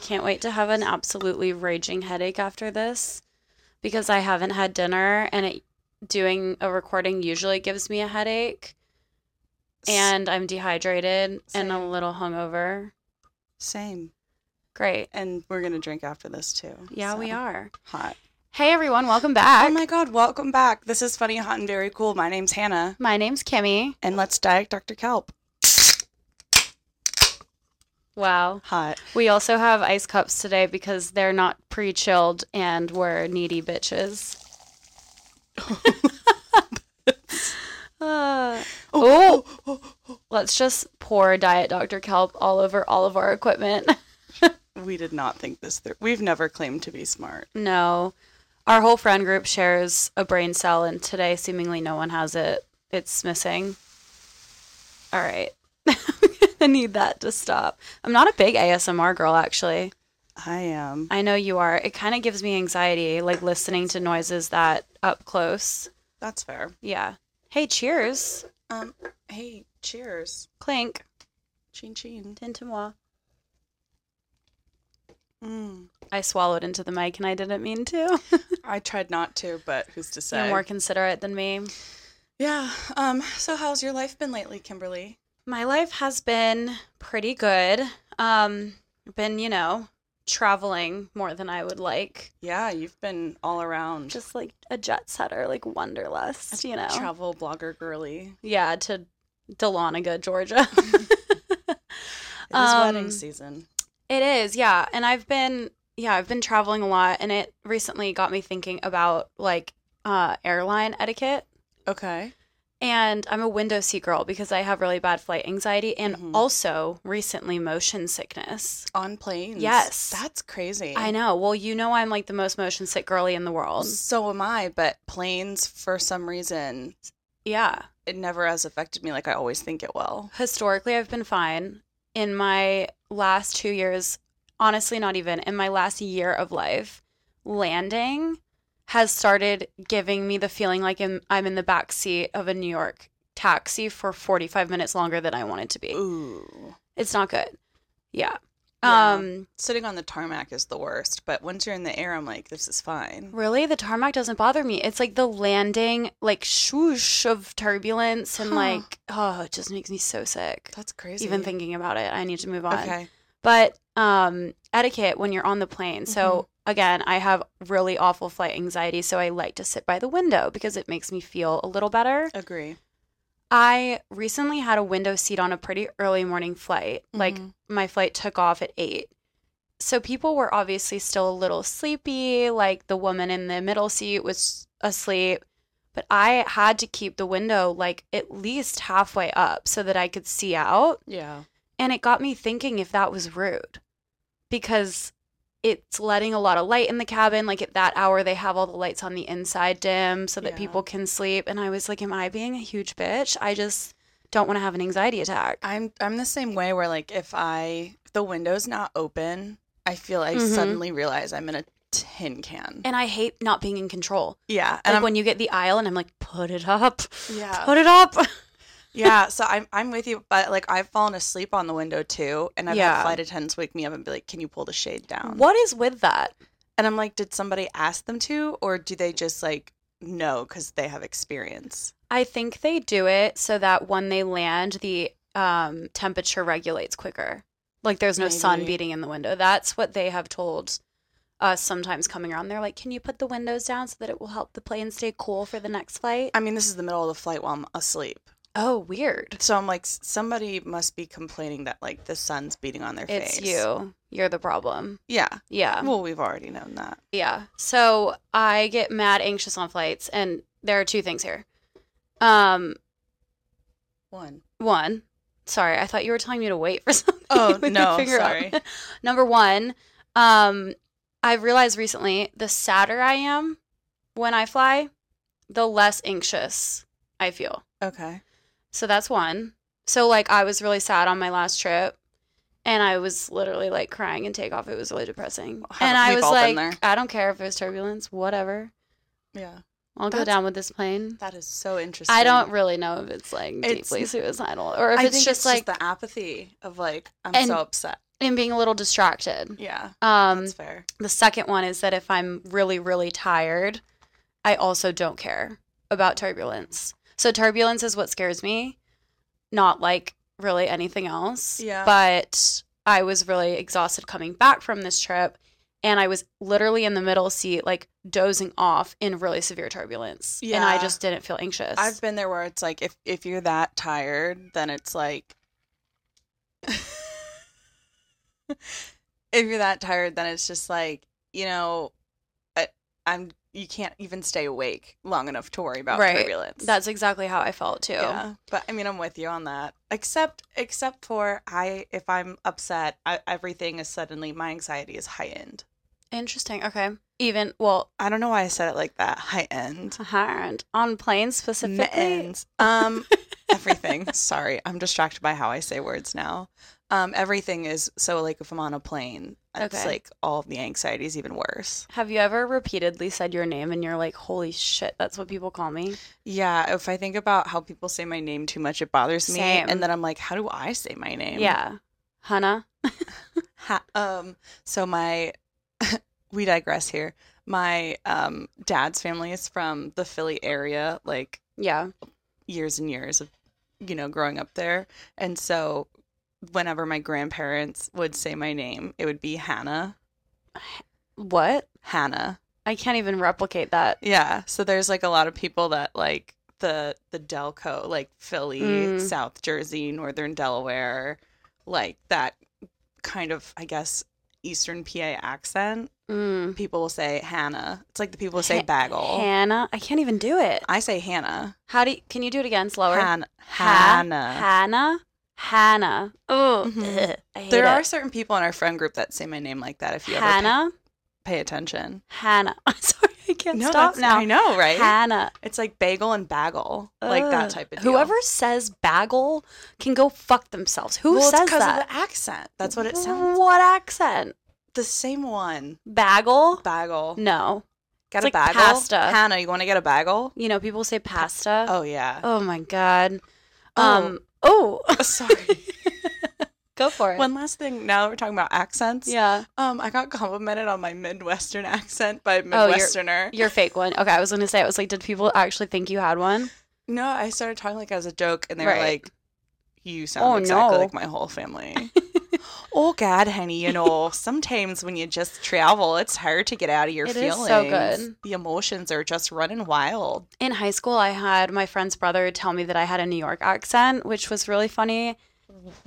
can't wait to have an absolutely raging headache after this because I haven't had dinner and it doing a recording usually gives me a headache and I'm dehydrated and a Same. little hungover. Same. Great. And we're going to drink after this too. Yeah, so, we are. Hot. Hey everyone, welcome back. Oh my God. Welcome back. This is Funny, Hot, and Very Cool. My name's Hannah. my name's Kimmy. And let's diet Dr. Kelp. Wow. Hot. We also have ice cups today because they're not pre chilled and we're needy bitches. Uh, oh, let's just pour Diet Dr. Kelp all over all of our equipment. We did not think this through. We've never claimed to be smart. no, our whole friend group shares a brain cell, and today seemingly no one has it. It's missing. All right. I need that to stop. I'm not a big ASMR girl, actually. I am. I know you are. It kind of gives me anxiety, like listening to noises that up close. That's fair. Yeah. Hey, cheers. Um, hey, cheers. Clink. Chin chin. Into moi. Mm. I swallowed into the mic and I didn't mean to. I tried not to, but who's to say? You're more considerate than me. Yeah. Um, so how's your life been lately, Kimberly? My life has been pretty good. Um, been, you know, traveling more than I would like. Yeah, you've been all around. Just like a jet setter, like wanderlust, you know. travel blogger girly. yeah, to Dahlonega, Georgia. It is Um, wedding season. It is, yeah. And I've been yeah, I've been traveling a lot and it recently got me thinking about like uh airline etiquette. Okay. And I'm a window seat girl because I have really bad flight anxiety and Mhm. also recently motion sickness. On planes. Yes. That's crazy. I know. Well, you know I'm like the most motion sick girly in the world. So am I, but planes for some reason Yeah. it never has affected me like I always think it will. Historically, I've been fine. In my last 2 years, honestly not even in my last year of life, landing has started giving me the feeling like I'm, I'm in the back seat of a New York taxi for 45 minutes longer than I wanted to be. Ooh. It's not good. Yeah. Yeah. Um Sitting on the tarmac is the worst, but once you're in the air I'm like this is fine. really the tarmac doesn't bother me. It's like the landing like swoosh of turbulence and Huh. like oh it just makes me so sick. That's crazy. Even thinking about it, I need to move on. Okay. but um etiquette when you're on the plane so again i have really awful flight anxiety so i like to sit by the window because it makes me feel a little better Agree. i recently had a window seat on a pretty early morning flight like Mhm. my flight took off at 8 so people were obviously still a little sleepy like the woman in the middle seat was asleep but i had to keep the window like at least halfway up so that i could see out Yeah. and it got me thinking if that was rude because it's letting a lot of light in the cabin. Like at that hour, they have all the lights on the inside dim so that Yeah. people can sleep. And I was like, Am I being a huge bitch? I just don't want to have an anxiety attack. I'm I'm the same way where like if I if the window's not open, I feel I Mhm. suddenly realize I'm in a tin can. And I hate not being in control. yeah, Like and I'm, when you get the aisle and I'm like, Put it up, yeah, put it up. yeah. So I'm I'm with you, but like I've fallen asleep on the window too, and I've Yeah. had flight attendants wake me up and be like, "Can you pull the shade down?" What is with that? And I'm like, "Did somebody ask them to, or do they just like know because they have experience?" I think they do it so that when they land, the um, temperature regulates quicker. Like there's no sun Maybe. beating in the window. That's what they have told us sometimes coming around. They're like, can you put the windows down so that it will help the plane stay cool for the next flight? I mean, this is the middle of the flight while I'm asleep, oh, weird. so I'm like, s- somebody must be complaining that like the sun's beating on their face. It's you. Um, You're the problem. Yeah. Yeah. Well, we've already known that. Yeah. So I get mad anxious on flights. And there are two things here. Um, One. one, sorry, I thought you were telling me to wait for something. Oh, with your no, finger up. sorry. Number one, um, I've realized recently the sadder I am when I fly, the less anxious I feel. Okay. So that's one. So like I was really sad on my last trip and I was literally like crying and take off. It was really depressing. Haven't And I we was all like, been there? I don't care if there's turbulence, whatever. Yeah. I'll go That's- down with this plane. That is so interesting. I don't really know if it's like It's- deeply suicidal or if I it's think just like the apathy of like I'm And- so upset. and being a little distracted. Yeah. Um, That's fair. the second one is that if I'm really, really tired, I also don't care about turbulence. So turbulence is what scares me, not like really anything else. Yeah. But I was really exhausted coming back from this trip and I was literally in the middle seat, like dozing off in really severe turbulence. And I Yeah. just didn't feel anxious. I've been there where it's like if if you're that tired, then it's like if you're that tired, then it's just like you know, I, I'm you can't even stay awake long enough to worry about Right. turbulence. That's exactly how I felt too. yeah, but I mean, I'm with you on that. Except except for I, if I'm upset, I, everything is suddenly my anxiety is heightened. Interesting. Okay. Even, well, I don't know why I said it like that. High end. hard. on planes specifically. mittens. Um, everything. Sorry, I'm distracted by how I say words now. Um, everything is so like if I'm on a plane, it's Okay. like all of the anxiety is even worse. Have you ever repeatedly said your name and you're like, holy shit, that's what people call me? Yeah, if I think about how people say my name too much, it bothers me, Same. and then I'm like, how do I say my name? Yeah. Hannah? Ha- um. So my, we digress here. My um dad's family is from the Philly area, like Yeah. years and years of you know growing up there and so whenever my grandparents would say my name it would be hannah What? hannah I can't even replicate that. yeah so there's like a lot of people that like the the delco like philly Mm. south jersey northern delaware like that kind of i guess eastern pa accent Mm. people will say hannah it's like the people who say Ha- bagel Hannah? I can't even do it. i say hannah How do you, can you do it again slower? Han- Ha- hannah Hannah? Hannah. Oh, Mhm. I hate There it. are certain people in our friend group that say my name like that. If you ever Hannah? pay, pay attention, Hannah. I'm sorry, I can't No, stop that's- now. I know, right? Hannah. it's like bagel and bagel, like that Ugh. type of. Deal. Whoever says bagel can go fuck themselves. Who well, says it's 'cause that? of the accent. That's what it sounds. What accent? The same one. Bagel? Bagel. No. Got Mm, it's a like bagel. pasta. Hannah, you want to get a bagel? You know, people say pasta. Oh yeah. Oh my god. Oh. Um. Oh, Sorry. go for it. one last thing. Now that we're talking about accents. yeah, Um, I got complimented on my Midwestern accent by a Oh, you're- Midwesterner. your fake one. Okay, I was gonna say. I was like, did people actually think you had one? No, I started talking like as a joke, and they were Right. like, "You sound Oh, exactly no. like my whole family." oh God, honey, you know sometimes when you just travel, it's hard to get out of your It is feelings. so good. The emotions are just running wild. In high school, I had my friend's brother tell me that I had a New York accent, which was really funny.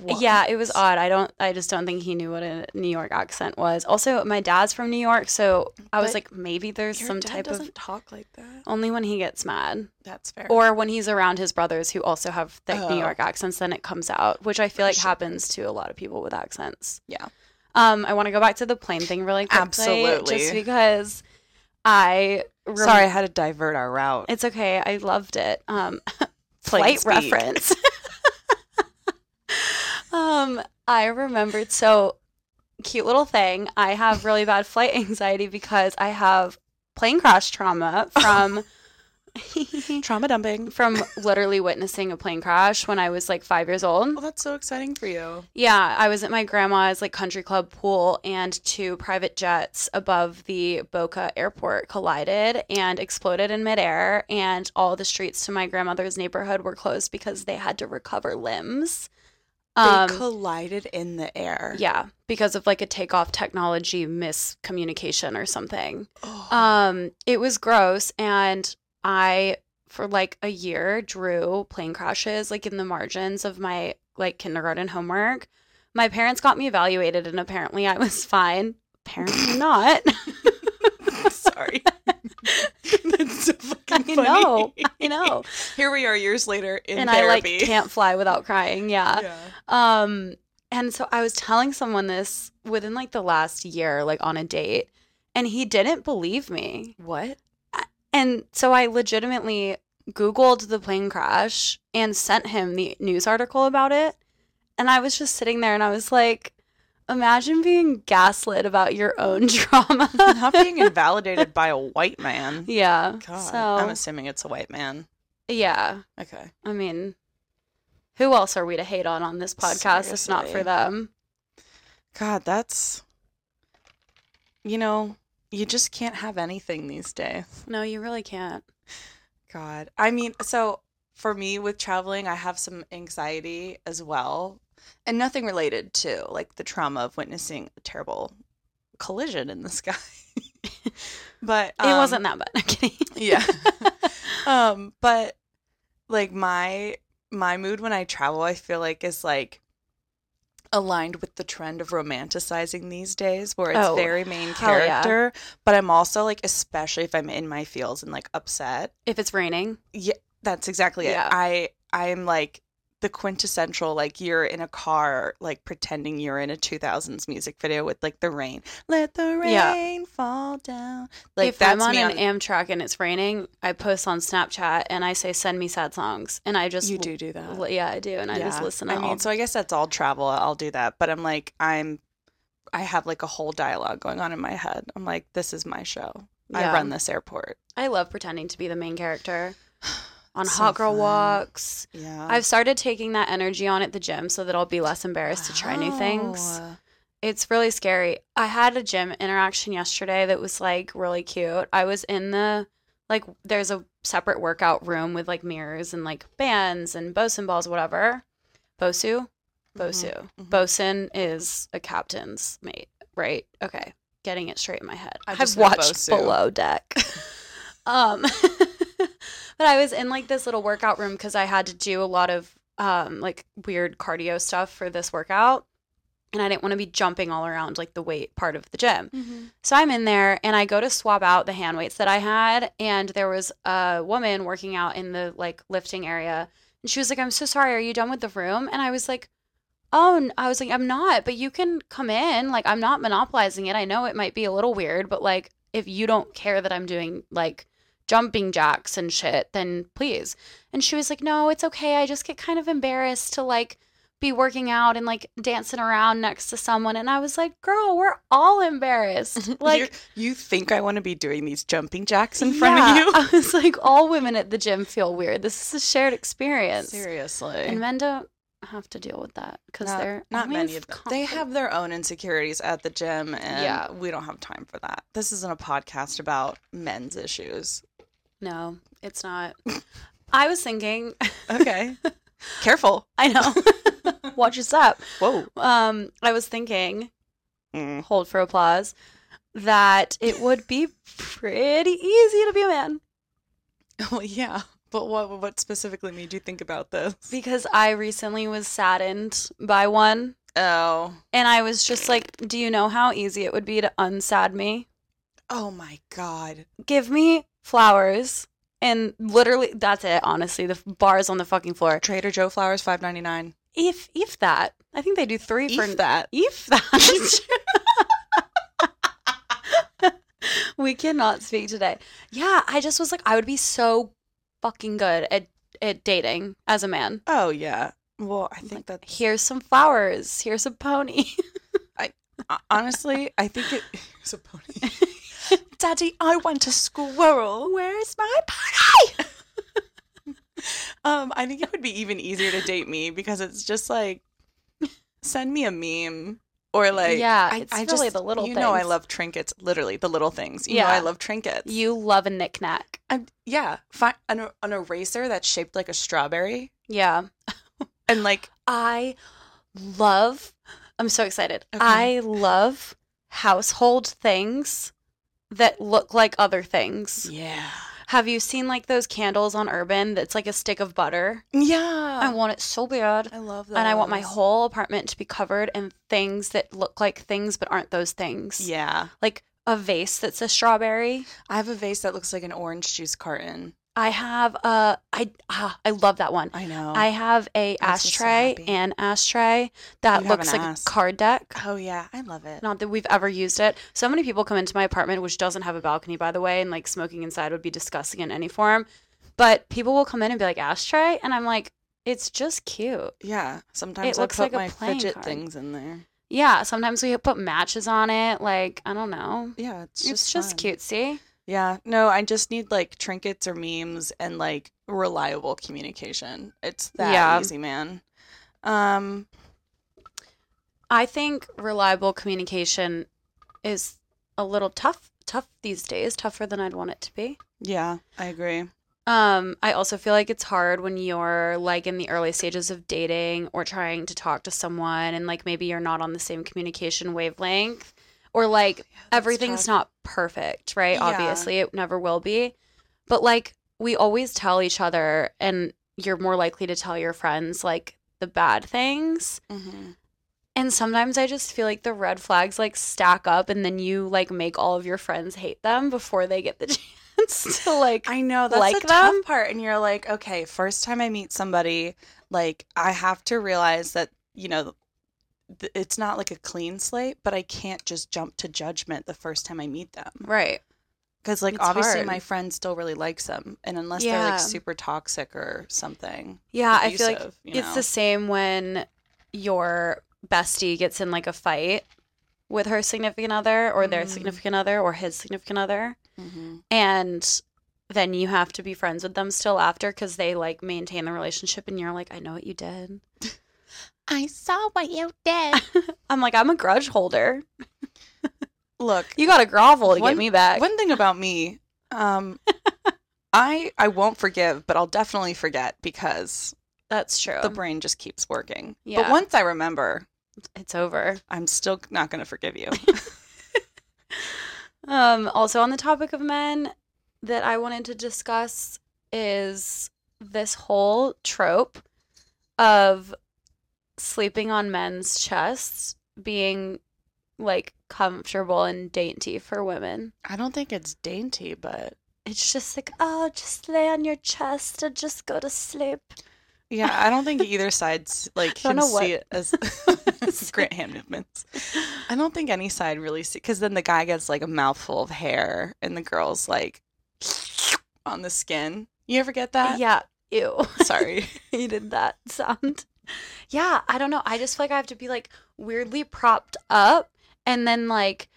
Yeah, it was odd. I don't. I just don't think he knew what a New York accent was. Also, my dad's from New York, so I was But like, maybe there's Your some dad type doesn't of talk like that. only when he gets mad. That's fair. or when he's around his brothers who also have like New Oh. York accents, then it comes out, which I feel like Sure. happens to a lot of people with accents. Yeah. Um, I want to go back to the plane thing really quickly, Absolutely. just because I rem- Sorry, I had to divert our route. it's okay. I loved it. Um, Plain flight speak. reference. um, I remembered so cute little thing. I have really bad flight anxiety because I have plane crash trauma from. Trauma dumping. from literally witnessing a plane crash when I was like five years old. Well, Oh, that's so exciting for you. Yeah, I was at my grandma's like country club pool, and two private jets above the Boca airport collided and exploded in midair. And all the streets to my grandmother's neighborhood were closed because they had to recover limbs. Um, they collided in the air. yeah, because of like a takeoff technology miscommunication or something. Oh, Um, it was gross, and I for like a year drew plane crashes like in the margins of my like kindergarten homework. My parents got me evaluated, and apparently I was fine. Apparently not. sorry. that's so fucking Um, I funny. know, I know. Here we are years later in and therapy. I like can't fly without crying. Yeah. Um, and so I was telling someone this within like the last year, like on a date, and he didn't believe me. What? And so I legitimately Googled the plane crash and sent him the news article about it. And I was just sitting there and I was like, imagine being gaslit about your own trauma. Not being invalidated by a white man. yeah. God, so, I'm assuming it's a white man. yeah. Okay. I mean, who else are we to hate on on this podcast? It's not for Seriously. them. God, that's you know, you just can't have anything these days. No, you really can't. God. I mean, so for me with traveling, I have some anxiety as well. And nothing related to like the trauma of witnessing a terrible collision in the sky. but It wasn't that bad. I'm kidding. yeah um but like my my mood when i travel i feel like is like aligned with the trend of romanticizing these days where it's Oh, very main hell yeah. character but i'm also like especially if i'm in my feels and like upset if it's raining, that's exactly Yeah. it i i am like the quintessential like you're in a car like pretending you're in a 2000s music video with like the rain let the rain Yeah. fall down like if that's I'm on me an Amtrak and it's raining, I post on Snapchat and I say, send me sad songs. And I just, you do do that li- yeah, I do. And I just Yeah. listen to I all mean, so I guess that's all travel. I'll do that. But I'm like, I'm, I have like a whole dialogue going on in my head. I'm like, this is my show. I Yeah. run this airport. I love pretending to be the main character on So hot girl fun. walks. Yeah. I've started taking that energy on at the gym so that I'll be less embarrassed to try new things. Wow. It's really scary. I had a gym interaction yesterday that was like really cute. I was in the like there's a separate workout room with like mirrors and like bands and bosun balls whatever. Bosu, bosu. mhm. Bosun is a captain's mate, right? Okay. Getting it straight in my head. I I've just know watched bosu. Below Deck. um but I was in like this little workout room cuz I had to do a lot of um like weird cardio stuff for this workout and I didn't want to be jumping all around like the weight part of the gym. Mm-hmm. So I'm in there and I go to swap out the hand weights that I had. And there was a woman working out in the like lifting area. And she was like, I'm so sorry. Are you done with the room? And I was like, Oh, n- I was like, I'm not, but you can come in. Like, I'm not monopolizing it. I know it might be a little weird, but like, if you don't care that I'm doing like jumping jacks and shit, then please. And she was like, No, it's okay. I just get kind of embarrassed to like, be working out and like dancing around next to someone and I was like, "Girl, we're all embarrassed." Like You're- you think I want to be doing these jumping jacks in front Yeah, of you? I was like, all women at the gym feel weird. This is a shared experience, Seriously. and men don't have to deal with that because Not- they're not I mean, many of them. con- They have their own insecurities at the gym, and Yeah. we don't have time for that. This isn't a podcast about men's issues. no. It's not. I was thinking. Okay, careful. I know. Watch us up. Whoa. Um, I was thinking. Mm. Hold for applause. That it would be pretty easy to be a man Well, yeah, but what what specifically made you think about this? because I recently was saddened by one, Oh, and I was just like, "Do you know how easy it would be to unsad me?" oh my God! give me flowers and literally that's it honestly the f- bars on the fucking floor Trader Joe flowers five ninety nine. if if that i think they do three for that. if that we cannot speak today yeah i just was like i would be so fucking good at at dating as a man Oh yeah. Well, I think that here's some flowers here's a pony uh, honestly, I think it. It's a pony. Daddy, I want a squirrel. where's my Um, I think it would be even easier to date me because it's just like send me a meme or like Yeah, I, it's I really just, the little you know I things. love trinkets literally the little things you know Yeah. I love trinkets you love a knickknack I'm, yeah fi- an an eraser that's shaped like a strawberry yeah and like I love, I'm so excited. Okay. I love household things that look like other things. yeah Have you seen like those candles on Urban that's like a stick of butter? yeah I want it so bad. I love that. And I want my whole apartment to be covered in things that look like things but aren't those things. Yeah. Like a vase that's a strawberry. I have a vase that looks like an orange juice carton. I have a I ah, I love that one. I know. I have a Makes me Oh. so ashtray happy. and ashtray that You have looks an like ass. a card deck. Oh yeah, I love it. Not that we've ever used it. So many people come into my apartment, which doesn't have a balcony, by the way, and like smoking inside would be disgusting in any form. But people will come in and be like, ashtray. And I'm like, it's just cute. Yeah. Sometimes I looks put like a my playing fidget card. things in there. Yeah. Sometimes we put matches on it. Like, I don't know. Yeah, it's It's, just just fun. cute. See? Yeah. No, I just need like trinkets or memes and like reliable communication. It's that Yeah. easy, man. Um I think reliable communication is a little tough tough these days, tougher than I'd want it to be. Yeah, I agree. Um, I also feel like it's hard when you're like in the early stages of dating or trying to talk to someone and like maybe you're not on the same communication wavelength or like everything's not perfect, right? Yeah. Obviously, it never will be. But like we always tell each other and you're more likely to tell your friends like the bad things. hmm And sometimes I just feel like the red flags like stack up and then you like make all of your friends hate them before they get the chance to like I know Oh, that's Like the them? tough part, and you're like, okay, first time I meet somebody, like I have to realize that you know th- it's not like a clean slate, but I can't just jump to judgment the first time I meet them right. because like It's obviously hard. my friend still really likes them, and unless they're Yeah. like super toxic or something, Yeah, I feel like abusive, you it's know? the same when your bestie gets in like a fight with her significant other or their Mhm. significant other or his significant other Mhm. and then you have to be friends with them still after because they like maintain the relationship and you're like i know what you did I saw what you did. i'm like i'm a grudge holder Look, you gotta grovel to One- get me back One thing about me, um, I I won't forgive, but I'll definitely forget because that's true the brain just keeps working. Yeah. But once I remember, it's over I'm still not going to forgive you. Um, also on the topic of men that I wanted to discuss is this whole trope of sleeping on men's chests being like comfortable and dainty for women. I don't think it's dainty, but It's just like, oh, just lay on your chest and just go to sleep. yeah, I don't think either side's like Don't can know what- see it as Grant hand movements. I don't think any side really see because then the guy gets like a mouthful of hair and the girl's like on the skin. You ever get that? Yeah, ew. Sorry. he did that sound. Yeah, I don't know. I just feel like I have to be like weirdly propped up, and then like,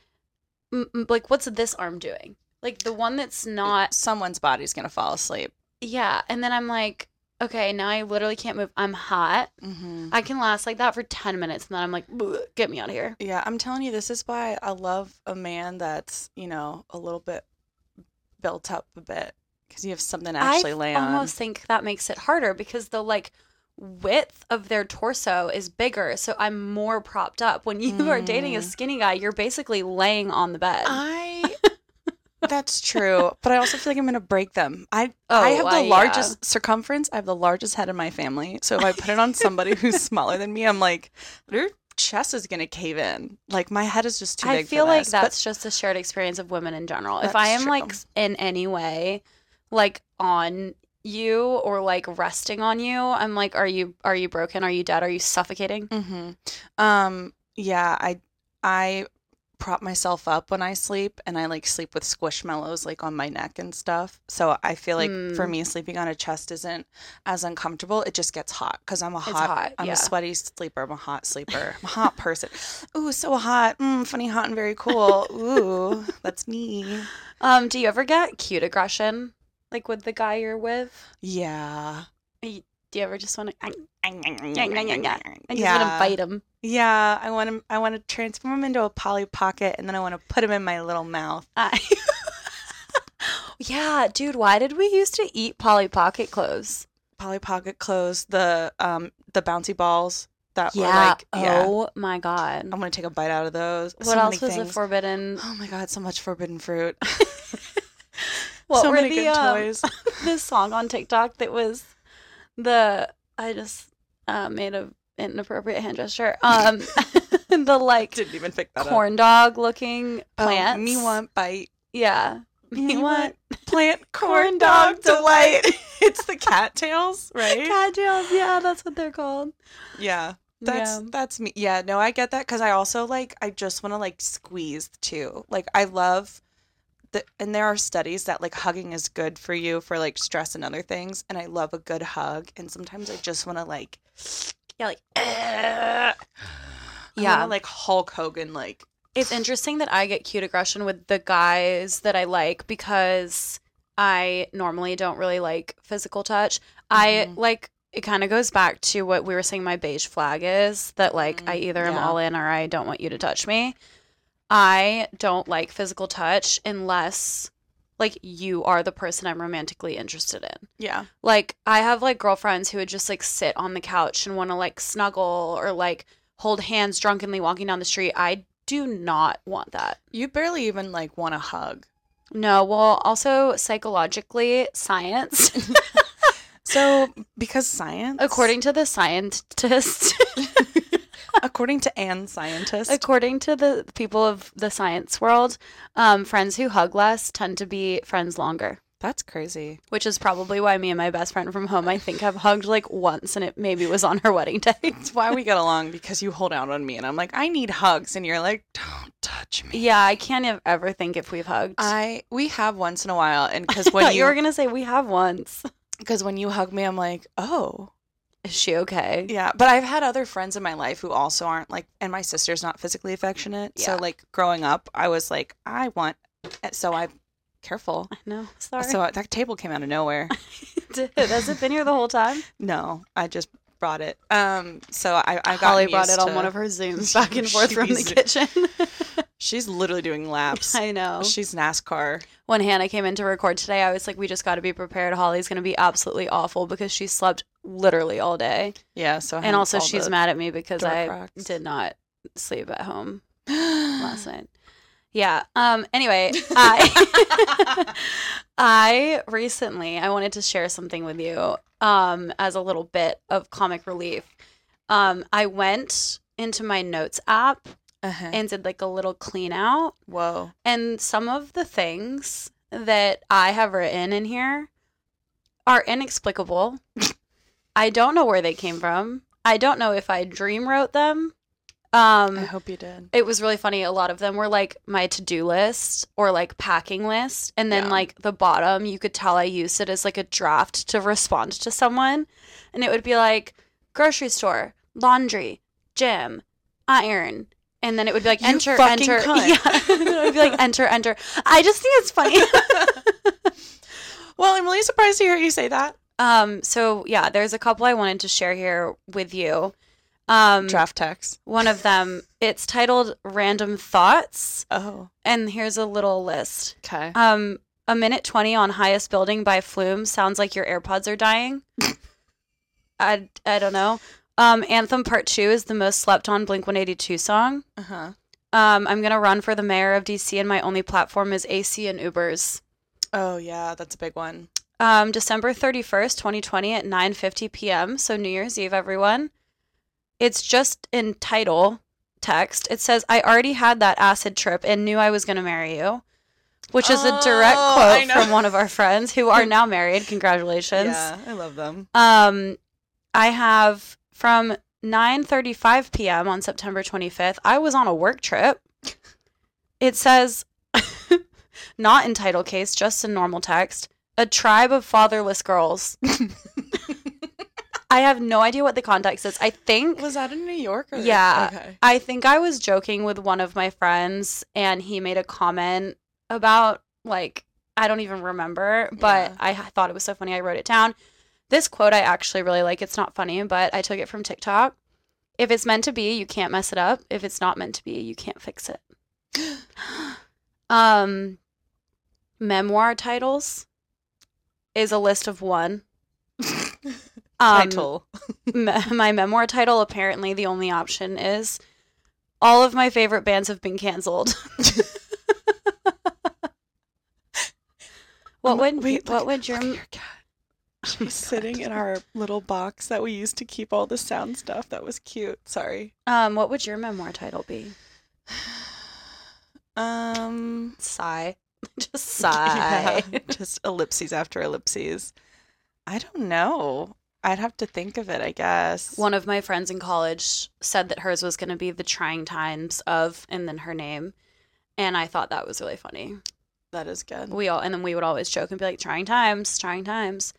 m- m- like what's this arm doing? Like the one that's not. Someone's body's gonna fall asleep. Yeah, and then I'm like, okay, now I literally can't move. I'm hot. Mm-hmm. I can last like that for ten minutes, and then I'm like, "Bleh, get me out of here. Yeah, I'm telling you, this is why I love a man that's, you know, a little bit built up a bit because you have something to actually I lay on. almost think that makes it harder because the like width of their torso is bigger, so I'm more propped up. When you are dating a Mm. skinny guy, you're basically laying on the bed. I. That's true, but I also feel like I'm gonna break them. I Oh, I have the well, yeah. largest circumference. I have the largest head in my family, so if I put it on somebody who's smaller than me, I'm like, their chest is gonna cave in. Like my head is just too I big. feel for like this. But that's just a shared experience of women in general. If That's I am true. like in any way like on you or like resting on you, I'm like, are you are you broken? Are you dead? Are you suffocating? hmm Um, yeah, I I prop myself up when I sleep and I like sleep with squishmallows like on my neck and stuff. So I feel like for Mm. me sleeping on a chest isn't as uncomfortable. It just gets hot because I'm a It's hot, hot, I'm yeah. a sweaty sleeper. I'm a hot sleeper. I'm a hot person. Ooh, so hot. Mm, funny, hot and very cool. Ooh, that's me. Um, do you ever get cute aggression? Like with the guy you're with? Yeah. Do you ever just want to I I just want to Yeah. bite him? Yeah, I want to I want to transform him into a Polly Pocket and then I want to put him in my little mouth. I- yeah, dude, why did we used to eat Polly Pocket cloves? Polly Pocket clothes, the um the bouncy balls that were Yeah. Uh, like yeah. Oh my god. I'm gonna take a bite out of those. What So many else was things. the forbidden? Oh my god, so much forbidden fruit. What so were many the good um, toys. this song on TikTok that was the I just uh, made a inappropriate hand gesture. Um, the like Didn't even pick that up. corn dog looking Oh, plants. me want bite. Yeah. Me want plant corn corn dog dog delight. delight. it's the cattails, right? cattails. Yeah, that's what they're called. yeah. That's yeah. that's me. Yeah, no, I get that because I also like I just want to like squeeze too. Like I love the and there are studies that like hugging is good for you for like stress and other things. And I love a good hug. And sometimes I just want to like Yeah, like yeah, yeah. like Hulk Hogan like It's interesting that I get cute aggression with the guys that I like because I normally don't really like physical touch. I Mhm. like it kind of goes back to what we were saying my beige flag is that like I Mm, either am yeah. all in or I don't want you to touch me. I don't like physical touch unless like you are the person I'm romantically interested in. Yeah. Like I have like girlfriends who would just like sit on the couch and want to like snuggle or like hold hands drunkenly walking down the street. I do not want that. You barely even like want a hug. No, well, also psychologically, science, So because science according to the scientists, according to Anne scientist. according to the people of the science world, um, friends who hug less tend to be friends longer, That's crazy. which is probably why me and my best friend from home, I think, have hugged like once and it maybe was on her wedding day. That's why we get along because you hold out on me and I'm like, I need hugs and you're like, Don't touch me. yeah, I can't ev- ever think if we've hugged. I we have once in a while and because But when you were you going to say we have once. because when you hug me I'm like, Oh. Is she okay? Yeah. But I've had other friends in my life who also aren't like and my sister's not physically affectionate. So Yeah. like growing up I was like, I want eh, so I careful. No, sorry. So that table came out of nowhere. Dude, has it been here the whole time? No, I just brought it. Um, so I I Holly gotten brought used it on to- one of her zooms back and forth She from the zoomed. kitchen. She's literally doing laps. I know. She's NASCAR. when Hannah came in to record today, I was like, we just got to be prepared. Holly's going to be absolutely awful because she slept literally all day. Yeah. So and also, she's mad at me because door I cracks. did not sleep at home last last night. Yeah. Um anyway, I I recently I wanted to share something with you um as a little bit of comic relief. Um I went into my notes app and did like a little clean out Uh-huh. Whoa. and some of the things that I have written in here are inexplicable. I don't know where they came from. I don't know if I dream wrote them. I Um, hope you did. it was really funny. A lot of them were like my to do list or like packing list. And then, Yeah. like, the bottom, you could tell I used it as like a draft to respond to someone. And it would be like grocery store, laundry, gym, iron. And then it would be like You enter, fucking enter. cunt. Yeah. it would be like enter, enter. I just think it's funny. Well, I'm really surprised to hear you say that. um, so, yeah, there's a couple I wanted to share here with you. Um, Draft text. one of them, it's titled Random Thoughts. Oh. And here's a little list. Okay. Um, a minute twenty on highest building by Flume sounds like your AirPods are dying. I I don't know. Um, Anthem Part Two is the most slept on Blink One Eighty Two song. Uh huh. Um, I'm gonna run for the mayor of DC, and my only platform is AC and Ubers. Oh yeah, that's a big one. Um, December thirty first, twenty twenty, at nine fifty p.m. So New Year's Eve, everyone. It's just in title text. It says, "I already had that acid trip and knew I was gonna marry you," which is a direct Oh, I quote know. from one of our friends who are now married. Congratulations. Yeah, I love them. Um, I have from 9:35 p.m. on September 25th. I was on a work trip. It says not in title case, just in normal text, a tribe of fatherless girls. I have no idea what the context is. I think Was that in New York? Or Yeah. Okay. I think I was joking with one of my friends and he made a comment about like I don't even remember, but Yeah. I h- thought it was so funny I wrote it down. This quote I actually really like. It's not funny, but I took it from TikTok. If it's meant to be, you can't mess it up. If it's not meant to be, you can't fix it. um memoir titles is a list of one. Um, Title. me- my memoir title apparently the only option is all of my favorite bands have been canceled. what Um, would wait, what look- would your Look at your cat. Oh, She's sitting in our little box that we used to keep all the sound stuff. That was cute. Sorry. um what would your memoir title be? Um. Sigh. Just yeah, sigh. just ellipses after ellipses. I don't know. I'd have to think of it. I guess. One of my friends in college said that hers was going to be the trying times of and then her name. And I thought that was really funny. that is good. We all and then we would always joke and be like trying times, trying times.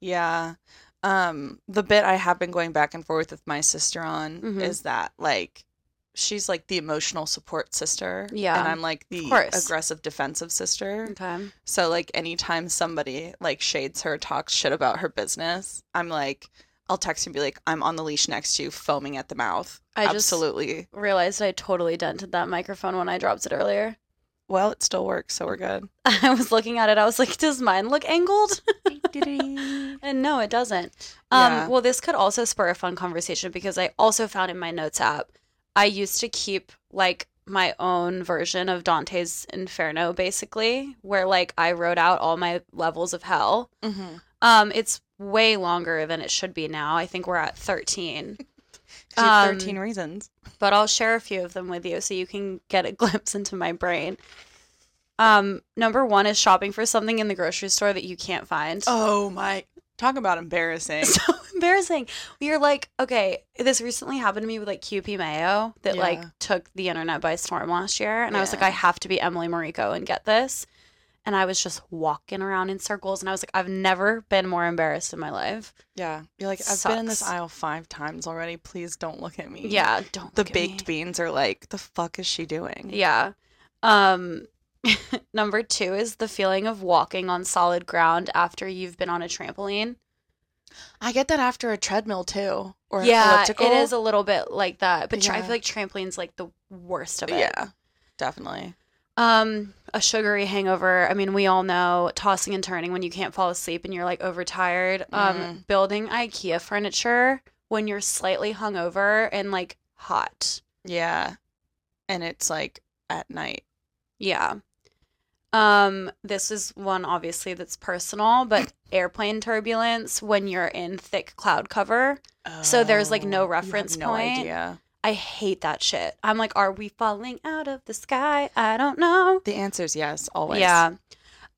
Yeah. Um, the bit I have been going back and forth with my sister on Mhm. is that like she's like the emotional support sister, Yeah. and I'm like the course. Mm. aggressive defensive sister. Okay. So like anytime somebody like shades her, talks shit about her business, I'm like, I'll text and be like, I'm on the leash next to you, foaming at the mouth. I just- Absolutely. Realized I totally dented that microphone when I dropped it earlier. Well, it still works, so we're good. I was looking at it. I was like, does mine look angled? yeah. And no, it doesn't. Mm. Yeah. Um, well, this could also spur a fun conversation because I also found in my notes app, I used to keep like my own version of Dante's Inferno, basically, where like I wrote out all my levels of hell. Mm-hmm. Um, it's way longer than it should be now. I think we're at 13, Um, 13 reasons. but I'll share a few of them with you so you can get a glimpse into my brain. Um, number one is shopping for something in the grocery store that you can't find. Oh my. Talk about embarrassing. so embarrassing. You're like, okay, this recently happened to me with like QP Mayo that Yeah. like took the internet by storm last year. And I was Yeah. like, I have to be Emily Morico and get this. And I was just walking around in circles and I was like, I've never been more embarrassed in my life. Yeah. You're like, I've been in this Sucks. aisle five times already. Please don't look at me. Yeah, don't Mm. The look at baked me. beans are like, the fuck is she doing? Yeah. Um number 2 is the feeling of walking on solid ground after you've been on a trampoline. I get that after a treadmill too. Or yeah, an elliptical. it is a little bit like that, but tra- I Yeah. feel like trampoline's like the worst of it. Yeah. Definitely. Um, a sugary hangover. I mean, we all know tossing and turning when you can't fall asleep and you're like overtired. Um, Mhm. building IKEA furniture when you're slightly hungover and like hot. Yeah. And it's like at night. Yeah. Um, this is one obviously that's personal, but airplane turbulence when you're in thick cloud cover. So there's, like, no Oh, you have reference no point. Idea. I hate that shit. I'm like, are we falling out of the sky? I don't know. The answer is yes, always. Yeah.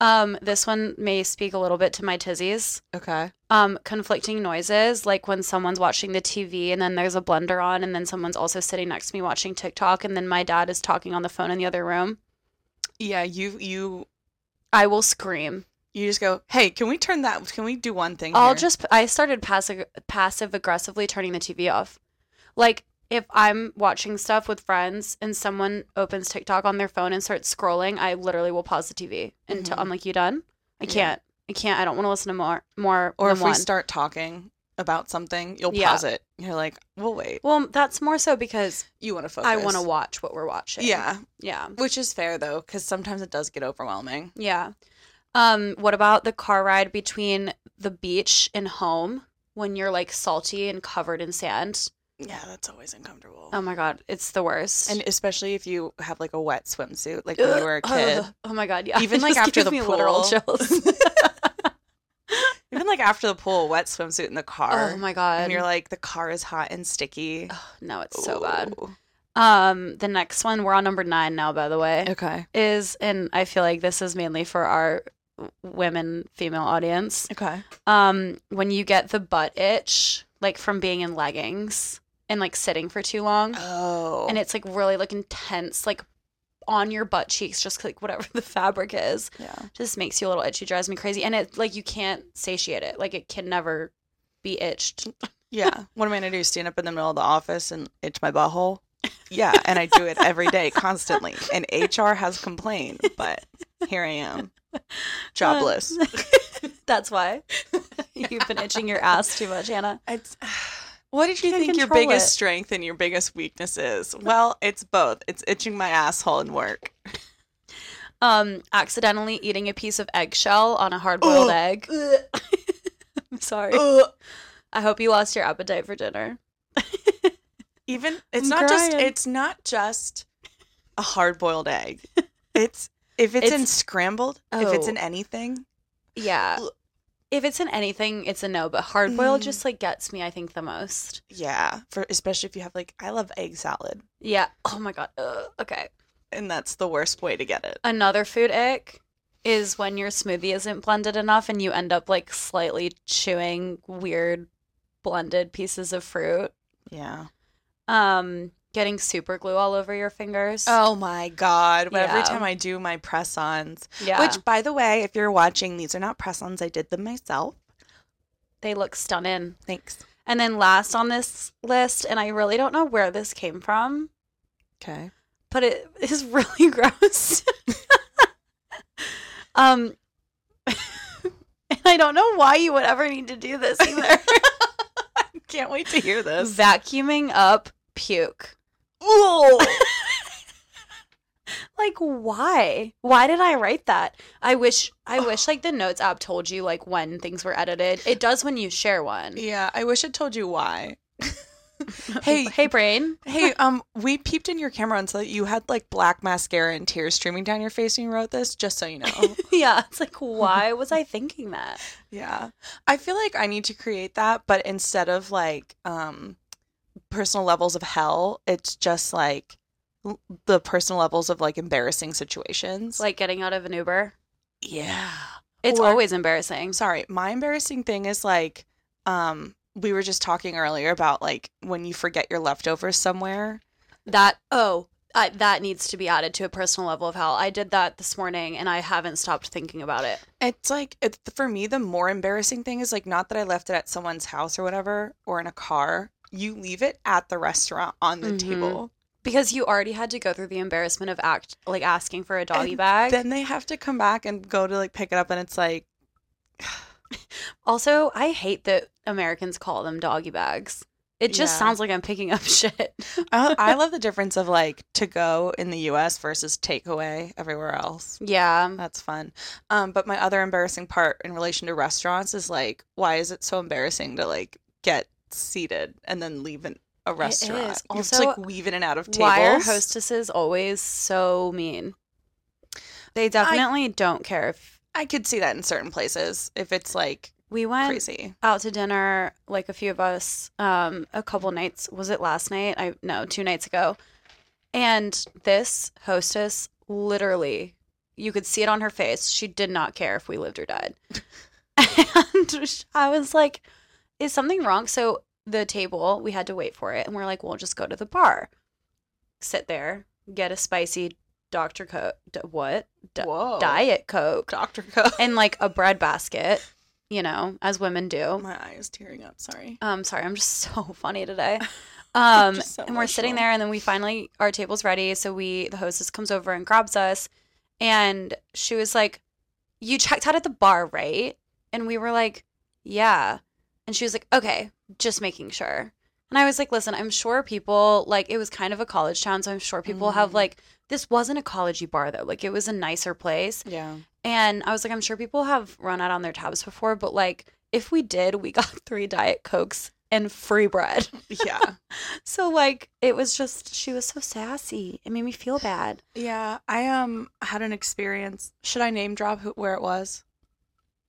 Um, this one may speak a little bit to my tizzies. Okay. um conflicting noises like when someone's watching the TV and then there's a blender on and then someone's also sitting next to me watching TikTok and then my dad is talking on the phone in the other room Yeah, you you I will scream you just go, hey, can we turn that? Can we do one thing? I'll here?" just I started passive passive aggressively turning the TV off like if I'm watching stuff with friends and someone opens TikTok on their phone and starts scrolling I literally will pause the TV until Mhm. I'm like you done I Yeah. can't I can't I don't want to listen to more more or than if one. we start talking about something, you'll Yeah. pause it. You're like, we'll wait. well that's more so because You want to focus. I want to watch what we're watching Yeah, yeah which is fair though, because sometimes it does get overwhelming. Yeah. Um, what about the car ride between the beach and home when you're like salty and covered in sand? Yeah, that's always uncomfortable. Oh my god, it's the worst. Um, and especially if you have like a wet swimsuit, like when you were a Ugh. kid. Oh my god, yeah. Even, It like, just after gives the me literal pool. chills. Even like after the pool, wet swimsuit in the car. oh my god. And you're like, the car is hot and sticky. Ugh, no, it's so bad. Ooh. Um, the next one, we're on number nine now, by the way, Okay. is and I feel like this is mainly for our w- women female audience. Okay. Um, when you get the butt itch, like from being in leggings and like sitting for too long. Oh. and it's like really like intense, like on your butt cheeks, just like whatever the fabric is, yeah. just makes you a little itchy, drives me crazy. And it like you can't satiate it, like it can never be itched. Yeah. What am I gonna do? Stand up in the middle of the office and itch my butthole? Yeah, and I do it every day, constantly. And HR has complained, but here I am, jobless. That's why you've been itching your ass too much, Hannah. It's, what did you Can't think your control biggest it. strength and your biggest weakness is? Well, it's both. It's itching my asshole and work. Um, accidentally eating a piece of eggshell on a hard boiled Ugh. egg. I'm sorry. I hope you lost your appetite for dinner. Even it's I'm not just crying. it's not just a hard boiled egg. It's if it's, It's- in scrambled, if it's Oh. in anything, Yeah. Ugh. If it's in anything, it's a no, but hard boiled Mm. just like gets me, I think, the most. yeah. For especially if you have like I love egg salad. Yeah. Oh my god. Ugh. Okay. and that's the worst way to get it. Another food ick is when your smoothie isn't blended enough and you end up like slightly chewing weird blended pieces of fruit. Yeah. Um, getting super glue all over your fingers. Oh my god. But Every Yeah. time I do my press-ons, yeah. Which which by the way, if you're watching, these are not press-ons. I did them myself. they look stunning. Thanks. And then last on this list, and I really don't know where this came from, Okay. but it is really gross. um, and I don't know why you would ever need to do this either. I can't wait to hear this. Vacuuming up puke. Ooh. Like why? Why did I write that? I wish I wish like the notes app told you like when things were edited. It does when you share one. yeah, I wish it told you why. hey, hey brain. hey, um, we peeped in your camera and saw that you had like black mascara and tears streaming down your face when you wrote this, just so you know. Yeah, it's like why was I thinking that? yeah. I feel like I need to create that, but instead of like um personal levels of hell, it's just like l- the personal levels of like embarrassing situations. Like getting out of an Uber. yeah. It's Or- always I'm embarrassing. sorry. My embarrassing thing is like, um, we were just talking earlier about like when you forget your leftovers somewhere. That oh, I, that needs to be added to a personal level of hell. I did that this morning and I haven't stopped thinking about it. It's like it, for me, the more embarrassing thing is like not that I left it at someone's house or whatever or in a car. You leave it at the restaurant on the Mhm. table. Because you already had to go through the embarrassment of act like asking for a doggy And bag. Then they have to come back and go to like pick it up, and it's like, also, I hate that Americans call them doggy bags. It just Yeah. sounds like I'm picking up shit. I, I love the difference of like to go in the U.S. versus takeaway everywhere else. yeah. That's fun. Um, but my other embarrassing part in relation to restaurants is like, why is it so embarrassing to like get seated and then leave an, a restaurant? is. You have to Also, like weave in and out of tables. Why are hostesses always so mean? They definitely don't care if I could see that in certain places if it's like we went crazy. out to dinner, like a few of us, um, a couple nights. Was it last night? I no, two nights ago. And this hostess, literally, you could see it on her face. She did not care if we lived or died. and I was like, "Is something wrong?" So the table, we had to wait for it, and we're like, "We'll just go to the bar, sit there, get a spicy Dr. Coke, d- what D- Whoa, Diet Coke, Doctor Co. and like a bread basket." You know, as women do. my eye is tearing up. Sorry. Um, sorry, I'm just so funny today. Um, Just so and we're sitting emotional. there, and then we finally our table's ready. So we the hostess comes over and grabs us, and she was like, "You checked out at the bar, right?" And we were like, "Yeah," and she was like, "Okay, just making sure." And I was like, "Listen, I'm sure people like it was kind of a college town, so I'm sure people have Mm. like this wasn't a collegey bar though. Like it was a nicer place." Yeah. And I was like, I'm sure people have run out on their tabs before, but like, if we did, we got three Diet Cokes and free bread. Yeah. So, like, it was just, she was so sassy. It made me feel bad. yeah. I um had an experience. Should I name drop who, where it was?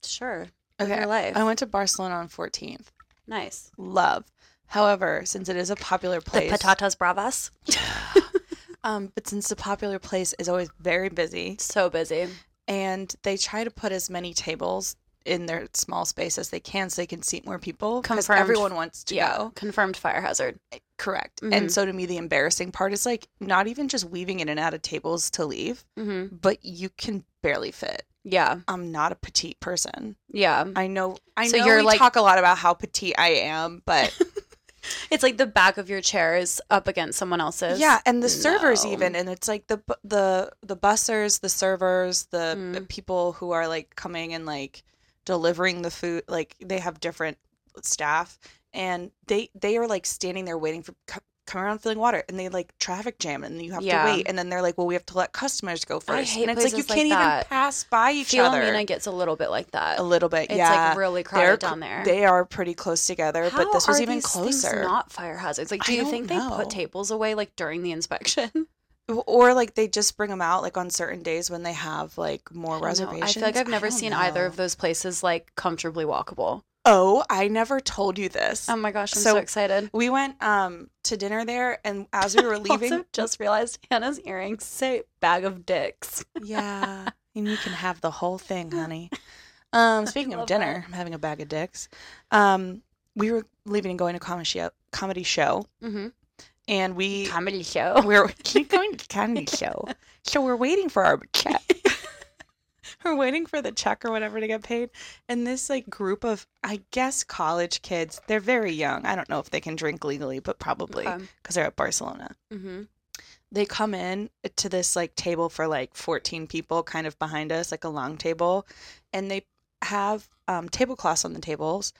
Sure. Okay. Your life. I went to Barcelona on 14th. nice. Love. However, since it is a popular place, The patatas bravas. Um, but since the popular place is always very busy, So busy. and they try to put as many tables in their small space as they can, so they can seat more people because Confirmed. everyone wants to go. Confirmed fire hazard. Correct. Mhm. And so to me, the embarrassing part is like not even just weaving in and out of tables to leave, Mm-hmm. but you can barely fit. Yeah. I'm not a petite person. Yeah. I know. I So know. you're we like- talk a lot about how petite I am, but It's like the back of your chair is up against someone else's. Yeah, and the servers No. even, and it's like the bu- the the bussers, the servers, the Mm. the people who are like coming and like delivering the food. Like they have different staff, and they they are like standing there waiting for co- come around filling water, and they like traffic jam, and you have Yeah. to wait, and then they're like, well, we have to let customers go first, hate and it's like you places like can't that. even pass by each Philomena other. gets a little bit like that. A little bit, It's yeah. like really They're crowded cl- down there. They are pretty close together, but this was are even these things closer. Not fire hazards. Like, do I you don't think they know. put tables away like during the inspection? or like they just bring them out like on certain days when they have like more I don't know. reservations. I feel like I've never don't seen either of know. those places like comfortably walkable. Oh, I never told you this. Oh my gosh, I'm so, So- excited. we went um to dinner there, and as we were leaving, Also, just realized Hannah's earrings say "bag of dicks." yeah, and you can have the whole thing, honey. Um, speaking of love dinner, I'm having a bag of dicks. Um, we were leaving and going to comedy show, comedy show, Mm-hmm. and we Comedy show. we're keep going to comedy show. So we're waiting for our check. we're waiting for the check or whatever to get paid. And this like group of I guess college kids, they're very young. I don't know if they can drink legally, but probably because Okay. they're at Barcelona. Mm-hmm. They come in to this like table for like 14 people kind of behind us, like a long table, and they have um tablecloths on the tables.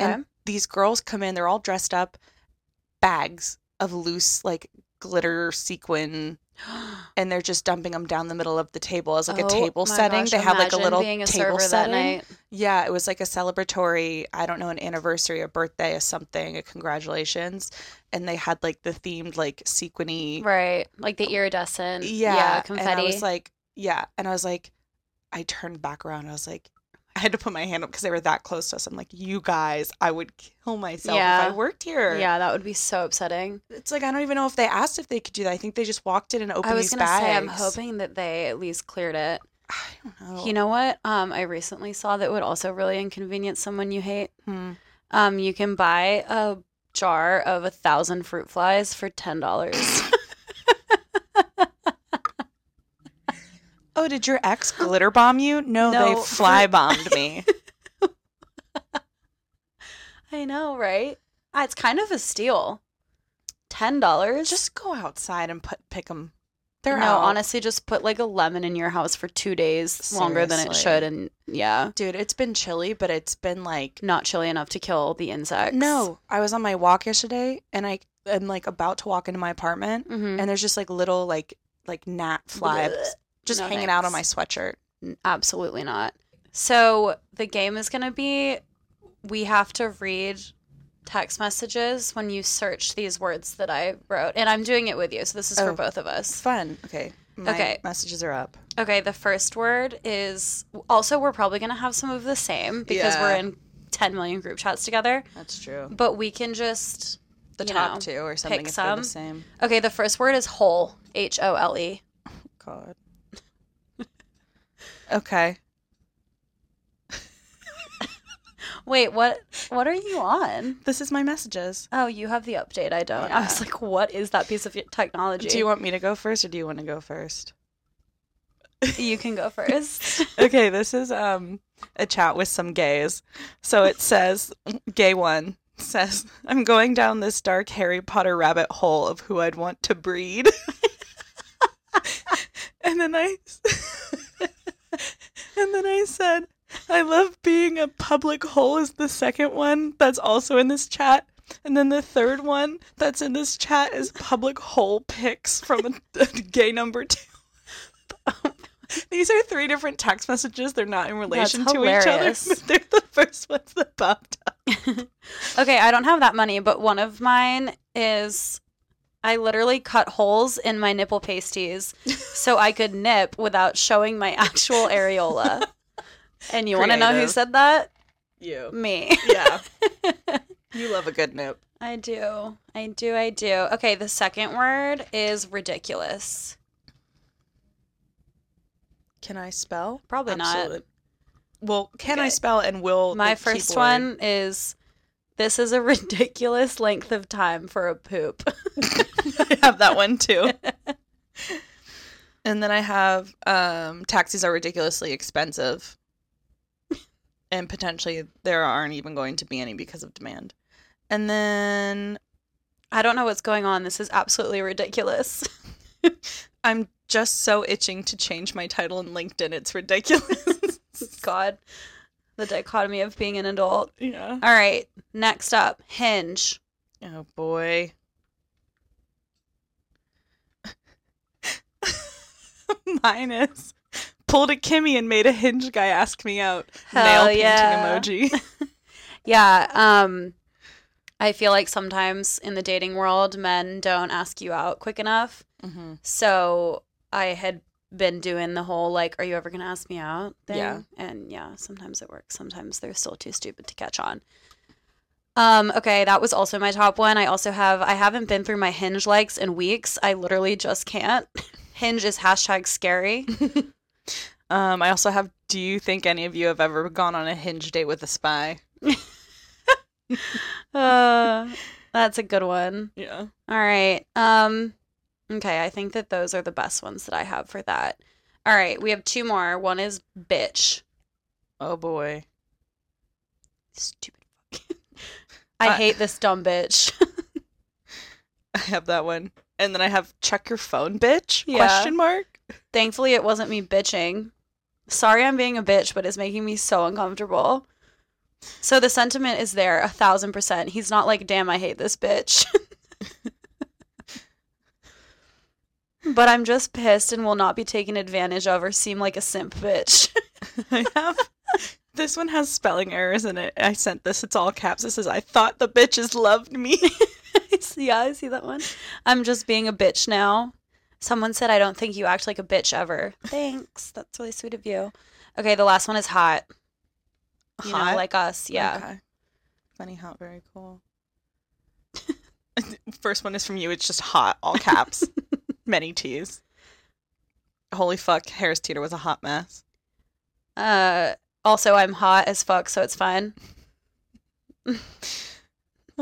Okay. And these girls come in, they're all dressed up, bags of loose, like glitter sequin, and they're just dumping them down the middle of the table as like a Oh table my setting. gosh, they have like a imagine little being a table server setting. That night. Yeah, it was like a celebratory, I don't know, an anniversary, a birthday, a something, a congratulations. And they had like the themed, like sequiny. Right. Like the iridescent. Yeah. confetti. And I was like, yeah. And I was like, I turned back around. I was like, I had to put my hand up because they were that close to us. I'm like, you guys, I would kill myself Yeah. if I worked here. yeah, that would be so upsetting. It's like, I don't even know if they asked if they could do that. I think they just walked in and opened I was these gonna say I'm bags. hoping that they at least cleared it. I don't know. You know what? Um, I recently saw that would also really inconvenience someone you hate. Hmm. Um, you can buy a jar of a thousand fruit flies for ten dollars. Oh, did your ex glitter bomb you? No, No. they fly bombed me. I know, right? Ah, It's kind of a steal. Ten dollars. Just go outside and put pick them. no, They're out. honestly, just put like a lemon in your house for two days longer than it Seriously. should, and yeah, dude. It's been chilly, but it's been like not chilly enough to kill the insects. no. I was on my walk yesterday, and I am like about to walk into my apartment, hmm and there's just like little like like gnat flies Blech. just No hanging out on my thanks. sweatshirt. Absolutely not. So the game is going to be we have to read text messages when you search these words that I wrote. And I'm doing it with you. So this is for Oh. both of It's us. fun. Okay. My Okay. Messages are up. Okay. The first word is also, we're probably going to have some of the same because Yeah. we're in 10 million group chats together. That's true. But we can just. The you top know, two or something. pick If they're some. the same. Okay. The first word is whole. H O L E. God. okay. Wait, what? What are you on? This is my messages. Oh, you have the update. I don't. I Yeah. was like, what is that piece of technology? Do you want me to go first, or do you want to go first? You can go first. okay, this is um a chat with some gays. So it says gay one says, I'm going down this dark Harry Potter rabbit hole of who I'd want to breed. and then I And then I said, I love being a public hole is the second one that's also in this chat. And then the third one that's in this chat is public hole pics from a, gay number two. These are three different text messages. They're not in relation to each other. hilarious. But they're the first ones that popped up. Okay, I don't have that money, but one of mine is I literally cut holes in my nipple pasties so I could nip without showing my actual areola. And you want to know who Creative. said that? You. Me. Yeah. you love a good nip. I do. I do. I do. Okay, the second word is ridiculous. Can I spell? Probably not. not. Well, can I Okay. spell and will My the first keyboard- one is this is a ridiculous length of time for a poop. I have that one too. and then I have um, taxis are ridiculously expensive, and potentially there aren't even going to be any because of demand. And then I don't know what's going on. This is absolutely ridiculous. I'm just so itching to change my title in LinkedIn. It's ridiculous. God, the dichotomy of being an adult. yeah. All right, next up, Hinge. Oh boy. Mine is pulled a Kimmy and made a hinge guy ask me out. Hell Nail yeah. painting emoji. Yeah, um, I feel like sometimes in the dating world, men don't ask you out quick enough. mm-hmm. So I had been doing the whole like, "Are you ever gonna ask me out?" thing, Yeah. and yeah, sometimes it works. Sometimes they're still too stupid to catch on. Um, okay, that was also my top one. I also have I haven't been through my Hinge likes in weeks. I literally just can't. Hinge is hashtag scary. Um, I also have. Do you think any of you have ever gone on a hinge date with a spy? Uh, that's a good one. Yeah. All right. Um okay, I think that those are the best ones that I have for that. All right, we have two more. One is bitch. Oh boy. Stupid fuck. I Uh, hate this dumb bitch. I have that one, and then I have check your phone, bitch? Yeah. Question mark. Thankfully it wasn't me bitching. Sorry I'm being a bitch, but it's making me so uncomfortable. So the sentiment is there a thousand percent. He's not like, damn, I hate this bitch. but I'm just pissed and will not be taken advantage of or seem like a simp bitch. I have. This one has spelling errors in it. I sent this. It's all caps. It says, I thought the bitches loved me. yeah, I see that one. I'm just being a bitch now. Someone said, I don't think you act like a bitch ever. Thanks. That's really sweet of you. Okay, the last one is hot. You know, Hot? like us. Yeah. Okay. Funny hot, very cool. First one is from you. It's just hot, all caps, many T's. Holy fuck, Harris Teeter was a hot mess. Uh, also, I'm hot as fuck, so it's fine.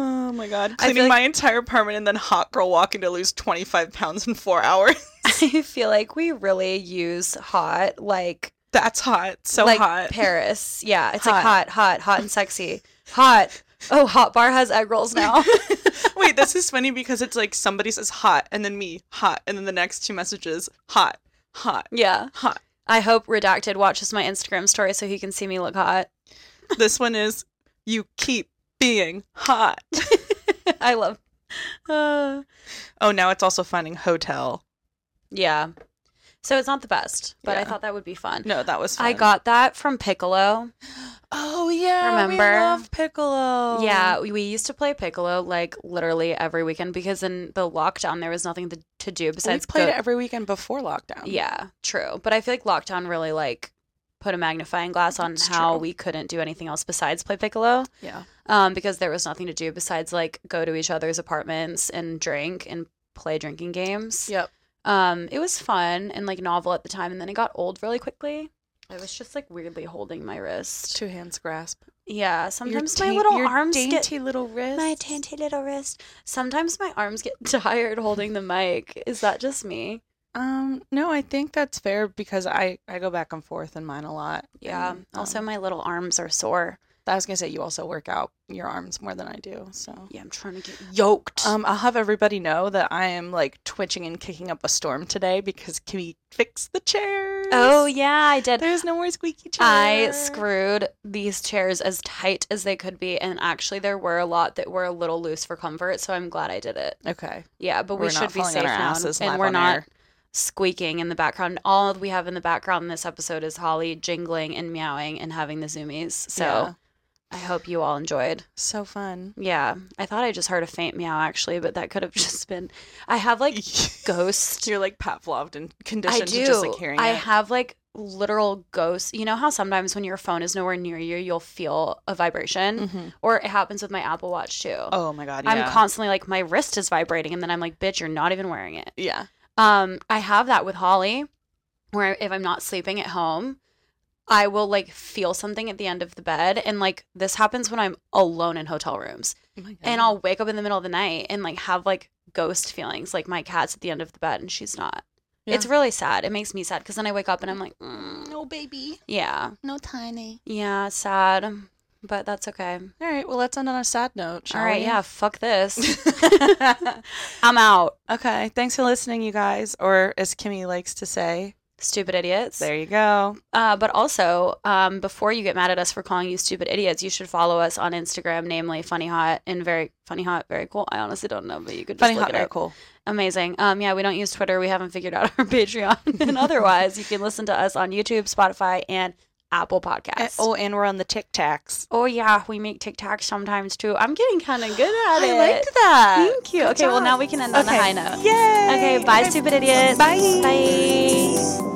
Oh my I god. feel Cleaning like- my entire apartment and then hot girl walking to lose 25 pounds in four hours. I feel like we really use hot like That's hot. So like hot. Paris. Yeah, it's like Hot. hot, hot, hot and sexy. Hot. Oh, hot bar has egg rolls now. Wait, this is funny because it's like somebody says hot and then me, hot, and then the next two messages, hot, hot, yeah. hot. I hope redacted watches my Instagram story so he can see me look hot. This one is you keep being hot. I love. Uh, Oh, now it's also finding hotel. yeah. So it's not the best, but I Yeah. thought that would be fun. No, that was fun. I got that from Piccolo. Oh yeah, we Remember? love piccolo. Yeah, we, we used to play Piccolo like literally every weekend because in the lockdown there was nothing to, to do we besides played go- it every weekend before lockdown. Yeah, true. But I feel like lockdown really like put a magnifying glass on That's how true. we couldn't do anything else besides play piccolo yeah. um, because there was nothing to do besides like go to each other's apartments and drink and play drinking games. Yep. Um, it was fun and like novel at the time, and then it got old really quickly. I was just like weirdly holding my wrist. Two hands grasp. Yeah, sometimes Your my tain- little your arms get dainty little wrist. my dainty little wrist. Sometimes my arms get tired holding the mic. Is that just me? Um, no, I think that's fair because I I go back and forth in mine a lot. Yeah. And, also, um, my little arms are sore. I was gonna say you also work out your arms more than I do. So. Yeah, I'm trying to get yoked. Um, I'll have everybody know that I am like twitching and kicking up a storm today because can we fix the chairs? oh yeah, I did. There's no more squeaky chair. I screwed these chairs as tight as they could be, and actually there were a lot that were a little loose for comfort. So I'm glad I did it. Okay. Yeah, but We're we not should be falling safe on our now, asses and live we're on not air. squeaking in the background. All we have in the background in this episode is Holly jingling and meowing and having the zoomies. So Yeah. I hope you all enjoyed. so fun. Yeah, I thought I just heard a faint meow actually, but that could have just been. I have like ghost You're like Pavlov and I conditioned do. to just like hearing I it. have like literal ghosts. You know how sometimes when your phone is nowhere near you, you'll feel a vibration, Mhm. or it happens with my Apple Watch too. Oh my god, yeah. I'm constantly like my wrist is vibrating, and then I'm like, "Bitch, you're not even wearing it." yeah. Um, I have that with Holly, where if I'm not sleeping at home, I will like feel something at the end of the bed, and like this happens when I'm alone in hotel rooms Oh and I'll wake up in the middle of the night and like have like ghost feelings. Like my cat's at the end of the bed and she's not. It's Yeah. really sad. It makes me sad because then I wake up and I'm like, mm, no baby, yeah, no tiny. yeah, sad, but that's okay. All right, well let's end on a sad note. Shall All right, we? yeah, fuck this. I'm out. okay, thanks for listening, you guys. Or as Kimmy likes to say, Stupid idiots. there you go. Uh, but also, um, before you get mad at us for calling you stupid idiots, you should follow us on Instagram, namely Funny Hot and very Funny Hot, very cool. I honestly don't know, but you could just Funny oh, look it hot, up. very cool. Amazing. Um, yeah, we don't use Twitter. We haven't figured out our Patreon. and otherwise, you can listen to us on YouTube, Spotify, and Apple And- Podcasts. oh, oh, and we're on the Tic Tacs. yeah, we make TikToks sometimes too. I'm getting kind of good at I it. liked that. Thank you. Okay, well now we can end on a high note. Yay. Okay, bye, stupid idiots. Bye. Bye.